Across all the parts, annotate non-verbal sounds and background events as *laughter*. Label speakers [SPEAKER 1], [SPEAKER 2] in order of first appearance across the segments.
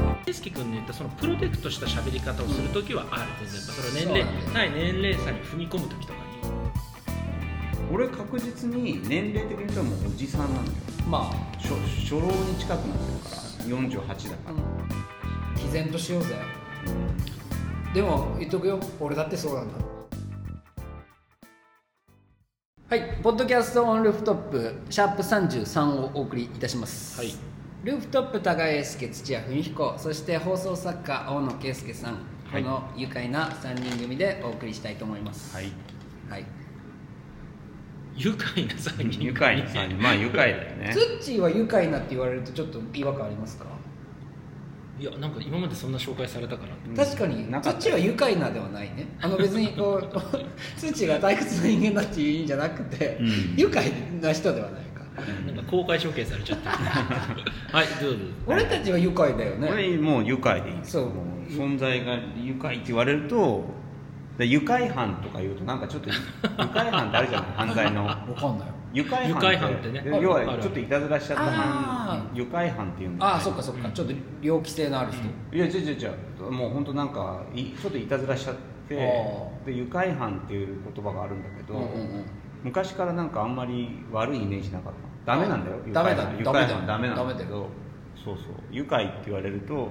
[SPEAKER 1] ったそのプロテクトした喋り方をする時はある、全然それは
[SPEAKER 2] そうだ
[SPEAKER 1] 年齢、
[SPEAKER 2] ね
[SPEAKER 1] 対年齢差に踏み込む時とかに
[SPEAKER 3] 俺確実に年齢的に言ったらもうおじさんなんだよ
[SPEAKER 2] まあ
[SPEAKER 3] 初初老に近くなってるから48だから、
[SPEAKER 2] 毅然としようぜでも言っとくよ俺だってそうなんだはいポッドキャストオンルーフトップシャープ33をお送りいたします
[SPEAKER 1] はい
[SPEAKER 2] ルーフトップ高江介土屋文彦そして放送作家大野圭介さん、
[SPEAKER 3] はい
[SPEAKER 2] この愉快な3人組でお送りしたいと思います
[SPEAKER 3] はい
[SPEAKER 2] はい、
[SPEAKER 1] 愉快な3人
[SPEAKER 3] 愉快な3人まあ愉快だよね
[SPEAKER 2] ツッチーは愉快なって言われるとちょっと違和感ありますか、
[SPEAKER 1] いやなんか今までそんな紹介されたから
[SPEAKER 3] うん
[SPEAKER 2] 確かに
[SPEAKER 3] な
[SPEAKER 2] ツ
[SPEAKER 3] か
[SPEAKER 2] ッ
[SPEAKER 3] った
[SPEAKER 2] チーは愉快なではないねあの別にこう *laughs* ツッチーが退屈な人間だっていう意味じゃなくて、
[SPEAKER 3] うん
[SPEAKER 2] 愉快な人ではないか
[SPEAKER 1] なんか公開処刑されちゃった *laughs* はいどうぞ
[SPEAKER 2] 俺たちは愉快だよね、
[SPEAKER 3] 俺もう愉快でいい
[SPEAKER 2] そう
[SPEAKER 3] もう存在が愉快って言われるとで愉快犯とか言うとなんかちょっと愉快犯ってあるじゃない犯罪の
[SPEAKER 2] わかんない
[SPEAKER 3] 愉快犯
[SPEAKER 1] 愉快犯ってね
[SPEAKER 3] 要
[SPEAKER 1] あるあ
[SPEAKER 3] は
[SPEAKER 1] る
[SPEAKER 3] ちょっといたずらしちゃった
[SPEAKER 2] あ
[SPEAKER 3] 犯
[SPEAKER 2] ー
[SPEAKER 3] 愉快犯っていうんだよね
[SPEAKER 2] ああそっかそっか、ちょっと猟奇性のある人、
[SPEAKER 3] いや違う違う違うもう本当なんかいちょっといたずらしちゃって
[SPEAKER 2] あー
[SPEAKER 3] で愉快犯っていう言葉があるんだけど、
[SPEAKER 2] うんうんうん
[SPEAKER 3] 昔からなんかあんまり悪いイメージなかったダメなんだよ
[SPEAKER 2] あダメだ
[SPEAKER 3] 愉快犯
[SPEAKER 2] ダ
[SPEAKER 3] ダ
[SPEAKER 2] メ
[SPEAKER 3] メ
[SPEAKER 2] だ
[SPEAKER 3] なんだ
[SPEAKER 2] ダメ
[SPEAKER 3] け
[SPEAKER 2] だ
[SPEAKER 3] どそうそう愉快って言われると、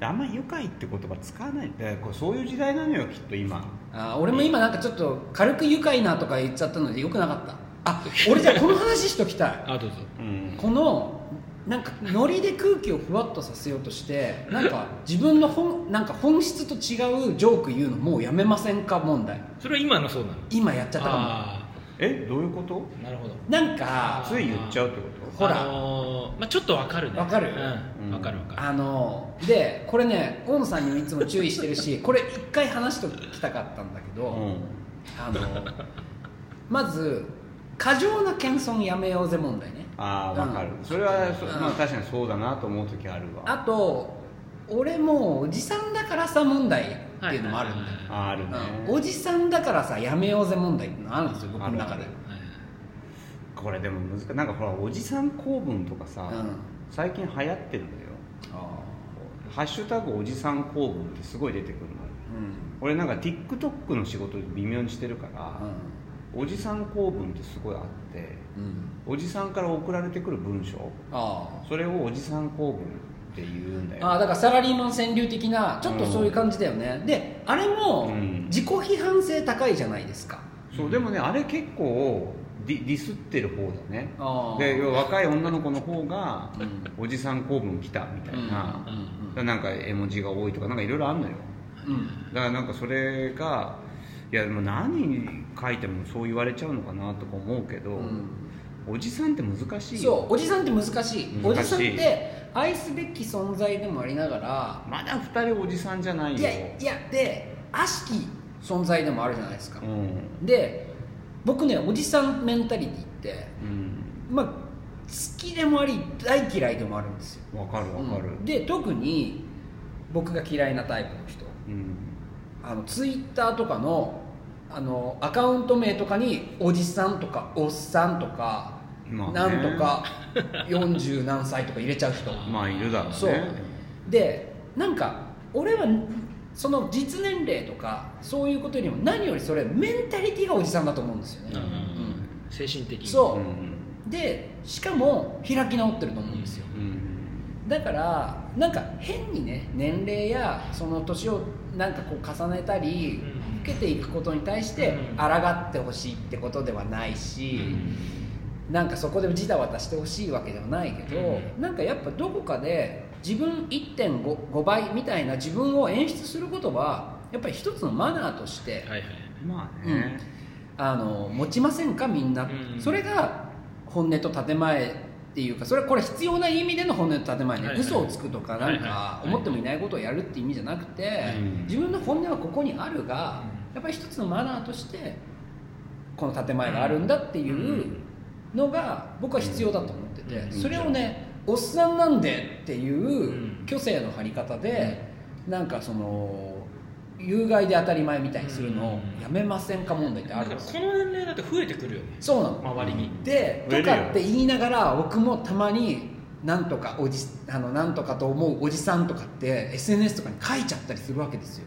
[SPEAKER 3] あんまり愉快って言葉使わないでこれそういう時代なのよきっと今
[SPEAKER 2] あー俺も今なんかちょっと軽く愉快なとか言っちゃったのでよくなかったあ俺じゃあこの話しときたい
[SPEAKER 1] あどうぞ
[SPEAKER 3] うん
[SPEAKER 2] このなんかノリで空気をふわっとさせようとしてなんか自分の本なんか本質と違うジョーク言うのもうやめませんか問題
[SPEAKER 1] それは今のそうなの
[SPEAKER 2] 今やっちゃったかも
[SPEAKER 1] あ
[SPEAKER 3] えどういうこと
[SPEAKER 1] あなるほど
[SPEAKER 2] なん
[SPEAKER 1] あ
[SPEAKER 2] か
[SPEAKER 3] つい言っちゃうってこ
[SPEAKER 2] ほら
[SPEAKER 1] あのーまあ、ちょっとわかるね
[SPEAKER 2] わかる
[SPEAKER 1] うん、わかるわかる
[SPEAKER 2] あのでこれね大野さんにもいつも注意して
[SPEAKER 1] *laughs*
[SPEAKER 2] るしこれ一回話しておきたかったんだけど、
[SPEAKER 3] と、うん、
[SPEAKER 2] あのまず過剰な謙遜やめようぜ問題ね
[SPEAKER 3] ああ
[SPEAKER 2] うん
[SPEAKER 3] 分かる、それは、そ
[SPEAKER 2] うん
[SPEAKER 3] まあ、確かにそうだなと思う時あるわ
[SPEAKER 2] あと俺もうおじさんだからさ問題っていうのもあ
[SPEAKER 1] はいは
[SPEAKER 2] るんだよ、
[SPEAKER 1] いはい
[SPEAKER 3] あーあるね、
[SPEAKER 2] うんおじさんだからさやめようぜ問題ってのあるんですよ僕の中で
[SPEAKER 3] ある
[SPEAKER 1] はい
[SPEAKER 3] これでも難しいなんかほらおじさん構文とかさ、
[SPEAKER 2] うん
[SPEAKER 3] 最近流行ってるんだよハッシュタグおじさん構文ってすごい出てくるの
[SPEAKER 2] うん
[SPEAKER 3] 俺なんか TikTok の仕事微妙にしてるから、おじさん構文ってすごいあって
[SPEAKER 2] うんうん
[SPEAKER 3] おじさんから送られてくる文章
[SPEAKER 2] あ
[SPEAKER 3] それをおじさん構文って言うんだ
[SPEAKER 2] ああ
[SPEAKER 3] よ
[SPEAKER 2] だからサラリーマン川柳的なちょっとそういう感じだよね、であれも
[SPEAKER 3] うん
[SPEAKER 2] 自己批判性高いじゃないですか、
[SPEAKER 3] そうでもねあれ結構ディディスってる方だね
[SPEAKER 2] ああ
[SPEAKER 3] で要は若い女の子の方が
[SPEAKER 2] うん
[SPEAKER 3] おじさん構文来たみたいな、
[SPEAKER 1] うん
[SPEAKER 2] うん
[SPEAKER 3] だからなんか絵文字が多いとかなんかいろいろあんのよ
[SPEAKER 2] うん
[SPEAKER 3] だからなんかそれがいやでも何書いてもそう言われちゃうのかなとか思うけど、
[SPEAKER 2] うん
[SPEAKER 3] おじさんって難しいよ
[SPEAKER 2] そうおじさんって難しい
[SPEAKER 3] 難しい
[SPEAKER 2] おじさんって愛すべき存在でもありながら
[SPEAKER 3] まだ二人おじさんじゃないよ
[SPEAKER 2] いやいやで悪しき存在でもあるじゃないですか
[SPEAKER 3] う、ん
[SPEAKER 2] で僕ねおじさんメンタリティって
[SPEAKER 3] うん
[SPEAKER 2] まあ好きでもあり大嫌いでもあるんですよ
[SPEAKER 3] わかるわかる
[SPEAKER 2] うんで特に僕が嫌いなタイプの人
[SPEAKER 3] うん、
[SPEAKER 2] あのツイッターとかのあのアカウント名とかに「おじさん」とか「おっさん」とか「
[SPEAKER 3] まあね
[SPEAKER 2] なんとか40何歳」とか入れちゃう人
[SPEAKER 3] まあいるだろうね
[SPEAKER 2] そうでなんか俺はその実年齢とかそういうことよりも何よりそれメンタリティがおじさんだと思うんですよね、
[SPEAKER 1] うん
[SPEAKER 2] うん
[SPEAKER 1] 精神的に
[SPEAKER 2] そう
[SPEAKER 3] うん
[SPEAKER 2] でしかも開き直ってると思うんですよ、
[SPEAKER 3] うん
[SPEAKER 2] だからなんか変にね年齢やその年をなんかこう重ねたり
[SPEAKER 1] うん
[SPEAKER 2] 老けていくことに対して
[SPEAKER 1] うん
[SPEAKER 2] 抗ってほしいってことではないし、なんかそこで自た渡してほしいわけではないけど、
[SPEAKER 1] うん
[SPEAKER 2] なんかやっぱどこかで自分1.5倍みたいな自分を演出することはやっぱり一つのマナーとして、
[SPEAKER 1] はいはい
[SPEAKER 3] まあね、
[SPEAKER 2] あの持ちませんかみんな、
[SPEAKER 1] うん
[SPEAKER 2] それが本音と建前っていうかそれはこれ必要な意味での本音と建前ね、
[SPEAKER 1] はいはい
[SPEAKER 2] 嘘をつくとかなんか
[SPEAKER 1] はいはい
[SPEAKER 2] 思ってもいないことをやるって意味じゃなくて、
[SPEAKER 3] うん
[SPEAKER 2] 自分の本音はここにあるが、
[SPEAKER 1] うん
[SPEAKER 2] やっぱり一つのマナーとしてこの建前があるんだっていうのが僕は必要だと思ってて、
[SPEAKER 1] うん
[SPEAKER 2] それをねおっさんなんでっていう
[SPEAKER 1] うん
[SPEAKER 2] 虚勢の張り方で、なんかその有害で当たり前みたいにするのをやめませんか問題ってあ
[SPEAKER 1] だ
[SPEAKER 2] るん
[SPEAKER 1] か
[SPEAKER 2] で
[SPEAKER 1] ら
[SPEAKER 2] す
[SPEAKER 1] こ
[SPEAKER 2] よ
[SPEAKER 1] の年齢だって増えてくるよね
[SPEAKER 2] そうなの
[SPEAKER 1] 周りに
[SPEAKER 2] で
[SPEAKER 3] 増え
[SPEAKER 2] と
[SPEAKER 3] るよ
[SPEAKER 2] かって言いながら僕もたまになんとかおじあのなんとかと思うおじさんとかって SNS とかに書いちゃったりするわけですよ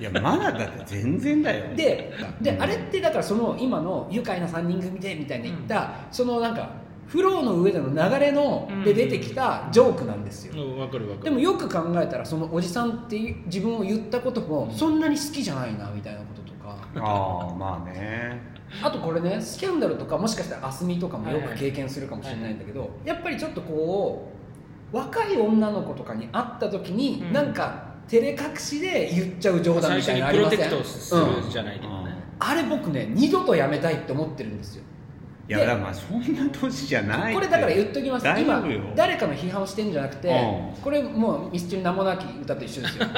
[SPEAKER 3] いやまだだって全然だよ
[SPEAKER 2] でで、
[SPEAKER 3] うん
[SPEAKER 2] あれってだからその今の愉快な3人組でみたいに言った、そのなんかフローの上での流れの
[SPEAKER 1] うん
[SPEAKER 2] で出てきたジョークなんですよ、
[SPEAKER 1] うんわかるわかる
[SPEAKER 2] でもよく考えたらそのおじさんっていう自分を言ったこともそんなに好きじゃないなみたいなこととか
[SPEAKER 3] ああまあね
[SPEAKER 2] あとこれねスキャンダルとかもしかしたらあすみとかもよく経験するかもしれないんだけど、やっぱりちょっとこう若い女の子とかに会った時に、
[SPEAKER 1] うん
[SPEAKER 2] なんか照れ隠しで言っちゃう冗談
[SPEAKER 1] 最
[SPEAKER 2] みた
[SPEAKER 1] 初
[SPEAKER 2] い
[SPEAKER 1] に
[SPEAKER 2] なのあ
[SPEAKER 1] プ
[SPEAKER 2] り
[SPEAKER 1] ロ
[SPEAKER 2] ませ
[SPEAKER 1] テ
[SPEAKER 2] ん
[SPEAKER 1] クトするじゃないけどね、
[SPEAKER 2] あれ僕ね二度とやめたいって思ってるんですよ
[SPEAKER 3] いやだからまあそんな年じゃない
[SPEAKER 2] これだから言っときます
[SPEAKER 3] 大丈
[SPEAKER 2] 今
[SPEAKER 3] 夫よ
[SPEAKER 2] 誰かの批判をしてんじゃなくて、
[SPEAKER 3] う
[SPEAKER 2] これもうミスチル名もなき歌と一緒です
[SPEAKER 3] *laughs*
[SPEAKER 2] よぼ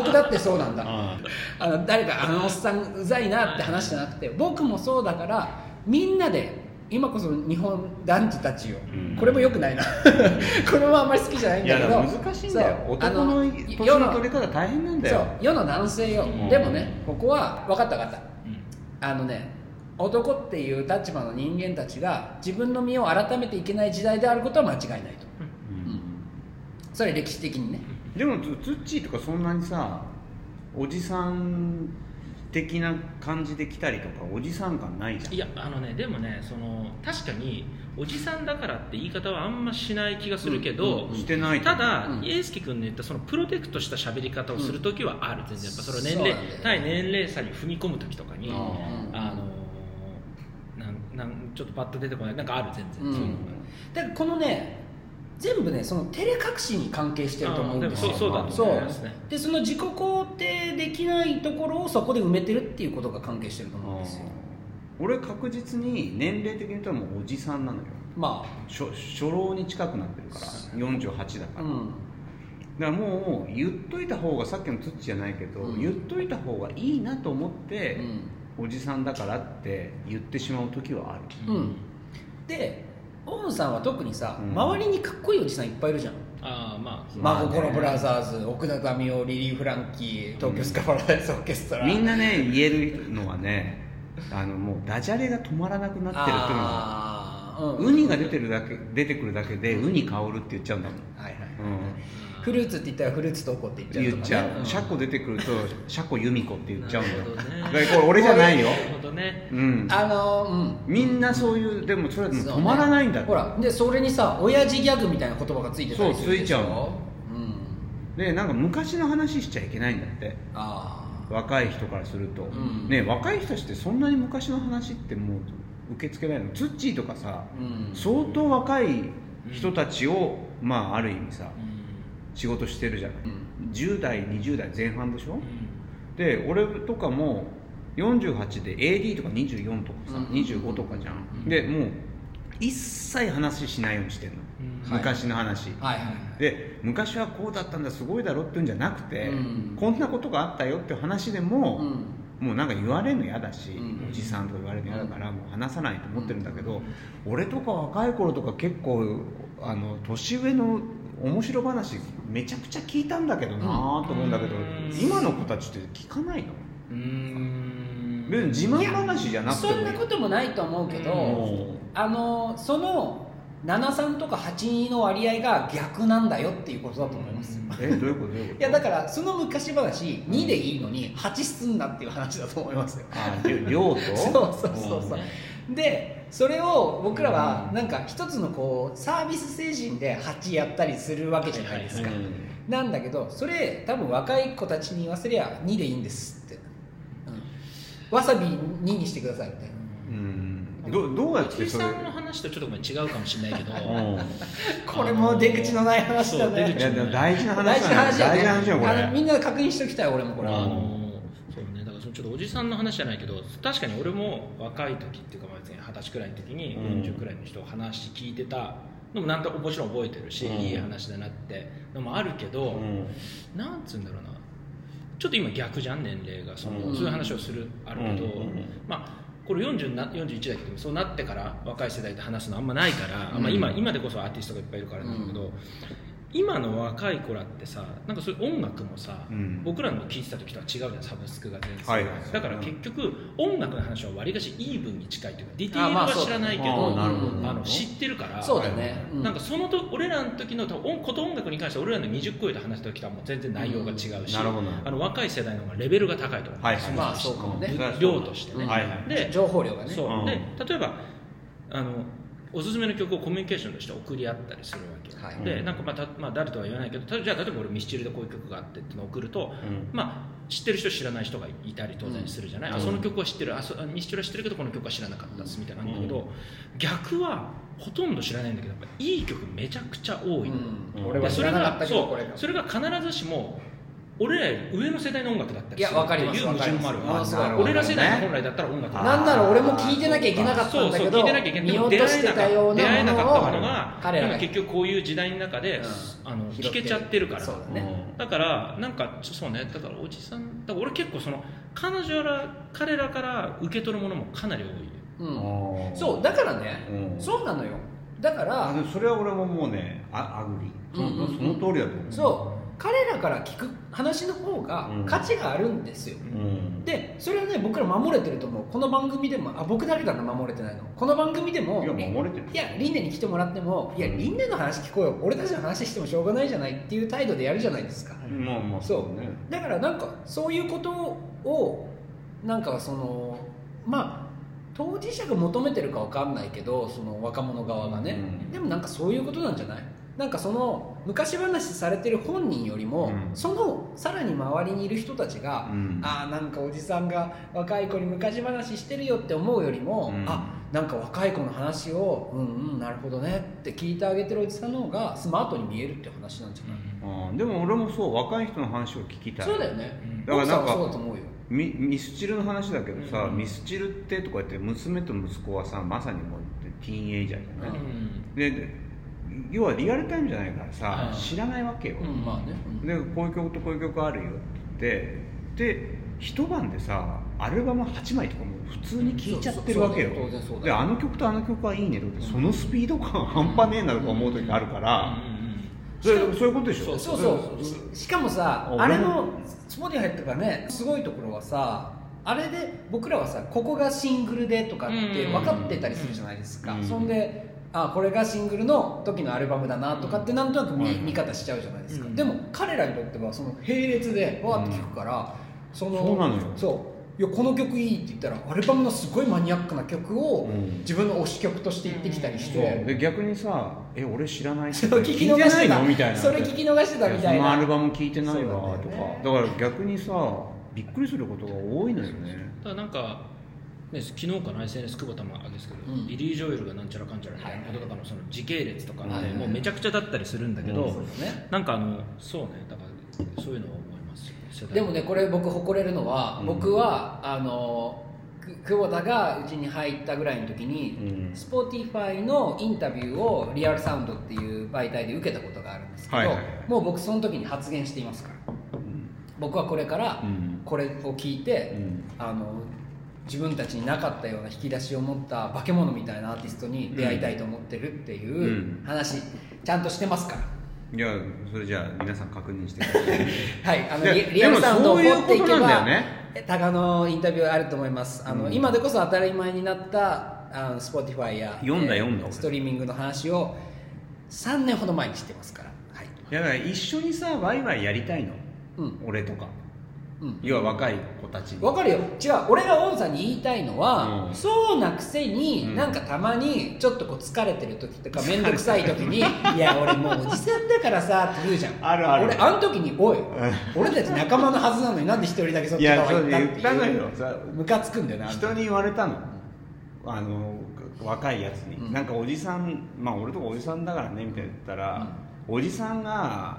[SPEAKER 2] 僕だってそうなんだ
[SPEAKER 3] あ
[SPEAKER 2] あの誰かあのおっさんうざいなって話じゃなくて僕もそうだからみんなで今こそ日本男児たちよ、
[SPEAKER 3] うん
[SPEAKER 2] これもよくないな *laughs* これもあんまり好きじゃないん
[SPEAKER 3] い
[SPEAKER 2] だ
[SPEAKER 3] や
[SPEAKER 2] けど
[SPEAKER 3] だから難しいんだよ
[SPEAKER 2] そうあ
[SPEAKER 3] 男の
[SPEAKER 2] 世
[SPEAKER 3] 年の
[SPEAKER 2] の
[SPEAKER 3] 取り方大変なんだ
[SPEAKER 2] そ
[SPEAKER 3] よ
[SPEAKER 2] う世の男性よ、
[SPEAKER 3] うん
[SPEAKER 2] でもねここは分かった分かった
[SPEAKER 1] うん
[SPEAKER 2] あのね男っていう立場の人間たちが自分の身を改めていけない時代であることは間違いないと
[SPEAKER 3] うん
[SPEAKER 2] それ歴史的にね
[SPEAKER 3] でもツツッチーとかそんなにさおじさん的な感じで来たりとかおじさん感ないじゃん
[SPEAKER 1] いやあのねでもねその確かにおじさんだからって言い方はあんましない気がするけど、
[SPEAKER 2] うんうん
[SPEAKER 3] してないと
[SPEAKER 1] た
[SPEAKER 3] 思う
[SPEAKER 1] だ、
[SPEAKER 2] うん
[SPEAKER 1] 英介君の言ったそのプロテクトした喋り方をする時はある、全然やっぱそれは年
[SPEAKER 2] そう
[SPEAKER 1] 齢、
[SPEAKER 2] なんだよね
[SPEAKER 1] 対年齢差に踏み込む時とかに、
[SPEAKER 3] あ
[SPEAKER 2] ー
[SPEAKER 1] あのーなんなんちょっとパッと出てこないなんかある全然、
[SPEAKER 2] うん
[SPEAKER 1] そういう
[SPEAKER 2] だからこのね全部ねその照れ隠しに関係してると思うん
[SPEAKER 1] のがあーで
[SPEAKER 2] で
[SPEAKER 1] も
[SPEAKER 2] す
[SPEAKER 1] そうそう
[SPEAKER 2] よ
[SPEAKER 1] だと思いますね
[SPEAKER 2] でその自己肯定できないところをそこで埋めてるっていうことが関係してると思うんですよ
[SPEAKER 3] 俺確実に年齢的に言ったらもうおじさんなのよ
[SPEAKER 2] ま
[SPEAKER 3] 初初老に近くなってるから48だか
[SPEAKER 2] あう
[SPEAKER 3] ら、だか
[SPEAKER 2] ん
[SPEAKER 3] らもう言っといた方がさっきのツッチーじゃないけど、
[SPEAKER 2] うん
[SPEAKER 3] 言っといた方がいいなと思っ
[SPEAKER 2] う
[SPEAKER 3] て、
[SPEAKER 2] ん、
[SPEAKER 3] おじさんだからって言ってしまう時はある
[SPEAKER 2] うん、で大野さんは特にさ、
[SPEAKER 3] うん
[SPEAKER 2] 周りにかっこいいおじさんいっぱいいるじゃん
[SPEAKER 1] ああまあ
[SPEAKER 3] まあ
[SPEAKER 2] 真
[SPEAKER 3] ね
[SPEAKER 2] 心ブラザーズ奥田民生リリー・フランキー東京スカパラダイスオーケストラ、
[SPEAKER 3] みんなね言えるのはねあのもうダジャレが止まらなくなってるっていうのは
[SPEAKER 2] あーうん
[SPEAKER 3] ウニが出てるだけ出てくるだけでウニ香るって言っちゃうんだもん、
[SPEAKER 2] はいはい
[SPEAKER 3] うん、
[SPEAKER 2] フルーツって言ったらフルーツ投稿って言っちゃうとか、ね、
[SPEAKER 3] 言っちゃう、
[SPEAKER 2] ん
[SPEAKER 3] シャコ出てくるとシャコ由美子って言っちゃうんだよ
[SPEAKER 1] なるほどね
[SPEAKER 3] だからこれ俺じゃないよ
[SPEAKER 1] なるほどね
[SPEAKER 3] うん
[SPEAKER 2] あのーうん
[SPEAKER 3] みんなそういうでもそれはもう
[SPEAKER 2] そう
[SPEAKER 3] 止まらないんだって
[SPEAKER 2] ほらでそれにさ親父ギャグみたいな言葉がついてたりするでしょ
[SPEAKER 3] そうついちゃうの
[SPEAKER 2] うん
[SPEAKER 3] でなんか昔の話しちゃいけないんだって
[SPEAKER 2] あ
[SPEAKER 3] 若い人からすると、
[SPEAKER 2] ん
[SPEAKER 3] ね若い人たちってそんなに昔の話ってもう受け付けないのツッチーとかさ
[SPEAKER 2] あ、うん
[SPEAKER 3] 相当若い人たちを、まあある意味さ仕事してるじゃない、10代20代前半でしょ、
[SPEAKER 1] うんうん
[SPEAKER 3] で俺とかも48で AD とか24とかさ、
[SPEAKER 2] うん
[SPEAKER 3] 25とかじゃん、
[SPEAKER 1] うん
[SPEAKER 3] でもう一切話しないようにしてんの、
[SPEAKER 1] うん
[SPEAKER 2] はい
[SPEAKER 3] 昔の話、
[SPEAKER 2] はいはいはい
[SPEAKER 3] で昔はこうだったんだすごいだろっていうんじゃなくて、
[SPEAKER 2] うん
[SPEAKER 3] こんなことがあったよっていう話でも、
[SPEAKER 2] うん
[SPEAKER 3] もうなんか言われるの嫌だし、
[SPEAKER 2] うん
[SPEAKER 3] おじさんとか言われるの嫌だからもう話さないと思ってるんだけど、俺とか若い頃とか結構あの年上の面白話めちゃくちゃ聞いたんだけどなと思うんだけど、
[SPEAKER 1] うん
[SPEAKER 3] 今の子たちって聞かないの
[SPEAKER 1] うーん
[SPEAKER 3] 別に自慢話じゃなくても
[SPEAKER 2] そんなこともないと思うけど、
[SPEAKER 3] うん
[SPEAKER 2] あのその73とか82の割合が逆なんだよっていうことだと思います、い
[SPEAKER 3] えどういうことどういうこと
[SPEAKER 2] やだからその昔話2でいいのに8すんなっていう話だと思いますよ
[SPEAKER 3] ありょ量と
[SPEAKER 2] そうそうそうそう
[SPEAKER 1] うん
[SPEAKER 2] でそれを僕らはなんか一つのこうサービス精神で8やったりするわけじゃないですか、
[SPEAKER 3] うん
[SPEAKER 2] なんだけどそれ多分若い子たちに言わせりゃ2でいいんですって、うん、わさび2にしてくださいみたいな
[SPEAKER 3] うんどどうやっ
[SPEAKER 1] お
[SPEAKER 3] て
[SPEAKER 1] じ
[SPEAKER 3] それ
[SPEAKER 1] さんの話とちょっとごめん違うかもしれないけど
[SPEAKER 3] *laughs* うん
[SPEAKER 2] これも出口のない話だ
[SPEAKER 1] そ
[SPEAKER 2] ね
[SPEAKER 1] う出
[SPEAKER 3] い
[SPEAKER 1] 口
[SPEAKER 3] やでも大事な
[SPEAKER 2] 大
[SPEAKER 3] 話
[SPEAKER 2] 事
[SPEAKER 3] だ
[SPEAKER 2] な話だよね
[SPEAKER 3] 大事な話よこれ
[SPEAKER 2] あのみんな確認しておきたい俺もこれ
[SPEAKER 1] あ
[SPEAKER 2] は、
[SPEAKER 1] のそうねだからそのちょっとおじさんの話じゃないけど確かに俺も若い時っていうかまあ別に二十歳くらいの時に
[SPEAKER 3] うん
[SPEAKER 1] 40くらいの人を話聞いてたのもなんともちろん覚えてるし、
[SPEAKER 3] うん
[SPEAKER 1] いい話だなってのもあるけど、
[SPEAKER 3] うん
[SPEAKER 1] なんつうんだろうなちょっと今逆じゃん年齢がその、
[SPEAKER 3] うん
[SPEAKER 1] そういう話をするあるけど、
[SPEAKER 3] うんうん
[SPEAKER 1] まあこれ40な41だけどそうなってから若い世代と話すのあんまないから、
[SPEAKER 2] うん
[SPEAKER 1] まあ、今今でこそアーティストがいっぱいいるからなんだけど、今の若い子らってさなんかそういう音楽もさ、
[SPEAKER 3] うん
[SPEAKER 1] 僕らの聴いてた時とは違うじゃんサブスクが全然、
[SPEAKER 3] はいはいはい
[SPEAKER 1] だから結局音楽の話は割りかしイーブンに近いというかディテ
[SPEAKER 2] あ
[SPEAKER 1] ール
[SPEAKER 2] まあ
[SPEAKER 1] は
[SPEAKER 2] そう
[SPEAKER 1] 知らないけど、
[SPEAKER 3] あーなるほど
[SPEAKER 1] あの知ってるから
[SPEAKER 2] そうだね、う
[SPEAKER 1] なんかそのと俺らの時の多分音こと音楽に関しては俺らの20個上で話した時とはもう全然内容が違うし、
[SPEAKER 3] なるほど
[SPEAKER 1] あの若い世代の方がレベルが高いと思う、
[SPEAKER 3] はいはい
[SPEAKER 2] まあそうかもね
[SPEAKER 1] 量としてね、
[SPEAKER 2] うん
[SPEAKER 3] はいはい
[SPEAKER 1] で
[SPEAKER 2] 情報量がね
[SPEAKER 1] そう、
[SPEAKER 3] うん
[SPEAKER 1] で例えばあのおすすめの曲をコミュニケーションとして送り合ったりするわけ、
[SPEAKER 2] はい
[SPEAKER 1] でなんかまあた、まあ、誰とは言わないけどたじゃあ例えば俺ミスチルでこういう曲があってっていうのを送ると、
[SPEAKER 3] うん
[SPEAKER 1] まあ、知ってる人知らない人がいたり当然するじゃない、あその曲は知ってるあそあミスチルは知ってるけどこの曲は知らなかったですみたいなのあるんだけど、逆はほとんど知らないんだけどやっぱいい曲めちゃくちゃ多いの、
[SPEAKER 2] うん
[SPEAKER 3] うん
[SPEAKER 2] 俺
[SPEAKER 1] で
[SPEAKER 2] は
[SPEAKER 1] そ
[SPEAKER 2] 知
[SPEAKER 1] れ
[SPEAKER 2] らなか
[SPEAKER 1] が
[SPEAKER 2] ったけ
[SPEAKER 1] そ
[SPEAKER 2] どこれ
[SPEAKER 1] う
[SPEAKER 2] が
[SPEAKER 1] それが必ずしも俺らより上の世代の音楽だった
[SPEAKER 2] い
[SPEAKER 1] り
[SPEAKER 2] や
[SPEAKER 1] する
[SPEAKER 2] わ
[SPEAKER 1] って
[SPEAKER 2] かり
[SPEAKER 1] い
[SPEAKER 2] ます
[SPEAKER 1] う矛盾
[SPEAKER 2] わかり
[SPEAKER 1] もあ
[SPEAKER 2] ま
[SPEAKER 1] る
[SPEAKER 2] す
[SPEAKER 1] わ
[SPEAKER 3] あ
[SPEAKER 2] あそう
[SPEAKER 3] ーなるほど
[SPEAKER 1] 俺ら世代の
[SPEAKER 3] ね
[SPEAKER 1] 本来だったら音楽だ
[SPEAKER 2] なんなら俺も聞いてなきゃいけなかった
[SPEAKER 1] そ
[SPEAKER 2] ん
[SPEAKER 1] う
[SPEAKER 2] だ
[SPEAKER 1] そ
[SPEAKER 2] け
[SPEAKER 1] う
[SPEAKER 2] ど
[SPEAKER 1] 聞いてなきゃいけない
[SPEAKER 2] 見落としてたよう
[SPEAKER 1] 出会え
[SPEAKER 2] なも
[SPEAKER 1] な
[SPEAKER 2] の
[SPEAKER 1] かったもの
[SPEAKER 2] を
[SPEAKER 1] が
[SPEAKER 2] 彼らが
[SPEAKER 1] 今結局こういう時代の中で、
[SPEAKER 2] うん
[SPEAKER 1] あの
[SPEAKER 2] 拾っ
[SPEAKER 1] 聞
[SPEAKER 2] て
[SPEAKER 1] けちゃってるから
[SPEAKER 2] そうだね
[SPEAKER 1] だからなんかそうねだからおじさんだから俺結構その彼女ら彼らから受け取るものもかなり多い
[SPEAKER 2] うん
[SPEAKER 3] そ
[SPEAKER 2] そううだからね
[SPEAKER 3] ん
[SPEAKER 2] そうなのよだか
[SPEAKER 3] あ
[SPEAKER 2] ら
[SPEAKER 3] でもそれは俺ももうねあアグリそ
[SPEAKER 2] うんうん
[SPEAKER 3] のその通りだと思う
[SPEAKER 2] そう彼らから聞く話の方が
[SPEAKER 3] うん
[SPEAKER 2] 価値があるんですよ
[SPEAKER 3] うん
[SPEAKER 2] でそれはね僕ら守れてると思うこの番組でもあ僕だけだな守れてないのこの番組でも
[SPEAKER 3] いや守れてる
[SPEAKER 2] いやリンネに来てもらってもいや
[SPEAKER 3] うん
[SPEAKER 2] リンネの話聞こうよ俺たちの話してもしょうがないじゃないっていう態度でやるじゃないですか
[SPEAKER 3] まあまあ
[SPEAKER 2] そう
[SPEAKER 3] ね
[SPEAKER 2] だからなんかそういうことをなんかそのまあ当事者が求めてるかわかんないけどその若者側がね、
[SPEAKER 3] うん
[SPEAKER 2] でもなんかそういうことなんじゃないなんかその昔話されてる本人よりも、
[SPEAKER 3] うん
[SPEAKER 2] そのさらに周りにいる人たちが、
[SPEAKER 3] うん
[SPEAKER 2] ああなんかおじさんが若い子に昔話してるよって思うよりも、
[SPEAKER 3] うん
[SPEAKER 2] あなんか若い子の話をうんうんなるほどねって聞いてあげてるおじさんの方がスマートに見えるって話なんじゃない、
[SPEAKER 3] あーでも俺もそう若い人の話を聞きたい
[SPEAKER 2] そうだよね、
[SPEAKER 1] うん
[SPEAKER 3] だからなん
[SPEAKER 2] 奥
[SPEAKER 3] か
[SPEAKER 2] さんはそうだと思うよ
[SPEAKER 3] ミミスチルの話だけどさ、
[SPEAKER 1] うん
[SPEAKER 3] ミスチルってとか言って娘と息子はさまさにもうティーンエイジャーじゃない、
[SPEAKER 1] うん
[SPEAKER 3] でで要はリアルタイムじゃないからさ、
[SPEAKER 1] うん
[SPEAKER 3] 知らないわけよ、
[SPEAKER 2] うん、まあね。
[SPEAKER 3] でこういう曲とこういう曲あるよって言ってで一晩でさアルバム8枚とかもう普通に聴いちゃってるわけよ、
[SPEAKER 2] そうそうそう当然そうだ
[SPEAKER 3] であの曲とあの曲はいいねとかってそのスピード感半端ねえなとか思う時あるから、それそういうことでしょ
[SPEAKER 2] そうそう。しかもさ、あれ
[SPEAKER 3] 俺も
[SPEAKER 2] のスポティファイとかね、すごいところはさ、あれで僕らはさ、ここがシングルでとかって分かってたりするじゃないですか
[SPEAKER 3] う。ん
[SPEAKER 2] そんで、あこれがシングルの時のアルバムだなとかってなんとなく見,、
[SPEAKER 3] うん
[SPEAKER 2] 見方しちゃうじゃないですか。
[SPEAKER 1] うん
[SPEAKER 2] でも彼らにとってはその並列でわーって聞くから、その
[SPEAKER 3] そうなのよ
[SPEAKER 2] そういやこの曲いいって言ったらアルバムのすごいマニアックな曲を
[SPEAKER 3] うん
[SPEAKER 2] 自分の推し曲として言ってきたりして、
[SPEAKER 3] で逆にさ「え俺知らない」
[SPEAKER 2] それ聞き逃
[SPEAKER 3] 聞い
[SPEAKER 2] して
[SPEAKER 3] てな
[SPEAKER 2] た
[SPEAKER 3] いのみたいな
[SPEAKER 2] それ聞き逃してたみたい
[SPEAKER 3] やそのア
[SPEAKER 2] な
[SPEAKER 3] ルバム聞いてないわとか
[SPEAKER 2] そう
[SPEAKER 3] だ,、
[SPEAKER 2] なんだよね
[SPEAKER 3] から逆にさびっくりすることが多いのよね
[SPEAKER 1] ただなんか、ね、昨日かな SNS 久保田もあれですけど、
[SPEAKER 2] うん
[SPEAKER 1] ビリー・ジョエルがなんちゃらかんちゃらみたいなこととかのその時系列とか
[SPEAKER 2] は
[SPEAKER 1] っ
[SPEAKER 2] いは
[SPEAKER 1] て
[SPEAKER 2] いはい
[SPEAKER 1] もうめちゃくちゃだったりするんだけど、
[SPEAKER 3] うん
[SPEAKER 2] そうですね
[SPEAKER 1] なんかあのそうねだからそういうのは思いますよ世代
[SPEAKER 2] でもねこれ僕誇れるのは、
[SPEAKER 3] うん
[SPEAKER 2] 僕はあのく久保田がうちに入ったぐらいの時
[SPEAKER 3] う
[SPEAKER 2] に、
[SPEAKER 3] ん
[SPEAKER 2] Spotify のインタビューをリアルサウンドっていう媒体で受けたことがあるんですけど、
[SPEAKER 3] はいはいはい
[SPEAKER 2] もう僕その時に発言していますから僕はこれから
[SPEAKER 3] うん
[SPEAKER 2] これを聞いて、
[SPEAKER 3] うん
[SPEAKER 2] あの自分たちになかったような引き出しを持った化け物みたいなアーティストに出会いたいと思ってるっていうう話、ちゃんとしてますから。
[SPEAKER 3] いやそれじゃあ皆さん確認してください
[SPEAKER 2] はい、あの
[SPEAKER 3] で
[SPEAKER 2] リリアルサウンドを
[SPEAKER 3] でも
[SPEAKER 2] 掘っていけ
[SPEAKER 3] そういうことな
[SPEAKER 2] ば、
[SPEAKER 3] んだよね
[SPEAKER 2] えタカのインタビューあると思います。あの、
[SPEAKER 3] うん
[SPEAKER 2] 今でこそ当たり前になったあの Spotify や
[SPEAKER 3] 読んだ読んだ俺
[SPEAKER 2] ストリーミングの話を3年ほど前にしてますから。はい。
[SPEAKER 3] いやだから一緒にさワイワイやりたいの
[SPEAKER 2] うん
[SPEAKER 3] 俺とか
[SPEAKER 2] うん。
[SPEAKER 3] 要は若い子たちに
[SPEAKER 2] わかるよ。違う、俺がオンさんに言いたいのは、
[SPEAKER 3] うん
[SPEAKER 2] そうなくせに、
[SPEAKER 3] うん
[SPEAKER 2] なんかたまにちょっとこう疲れてる時とか面倒くさい時
[SPEAKER 3] *laughs*
[SPEAKER 2] に、いや俺もうおじさんだからさって言うじゃん。
[SPEAKER 3] あるある
[SPEAKER 2] 俺あの時におい、俺たち仲間のはずなのになんで一人だけそっ
[SPEAKER 3] い
[SPEAKER 2] ち側
[SPEAKER 3] やそ
[SPEAKER 2] 行
[SPEAKER 3] う
[SPEAKER 2] ったっ
[SPEAKER 3] 言
[SPEAKER 2] て
[SPEAKER 3] ったの
[SPEAKER 2] いう。
[SPEAKER 3] よさ
[SPEAKER 2] ムカつくんだよな
[SPEAKER 3] 人に言われたのあの若いやつに、
[SPEAKER 2] うん
[SPEAKER 3] なんかおじさんまあ俺とかおじさんだからねみたいな言ったら、おじさんが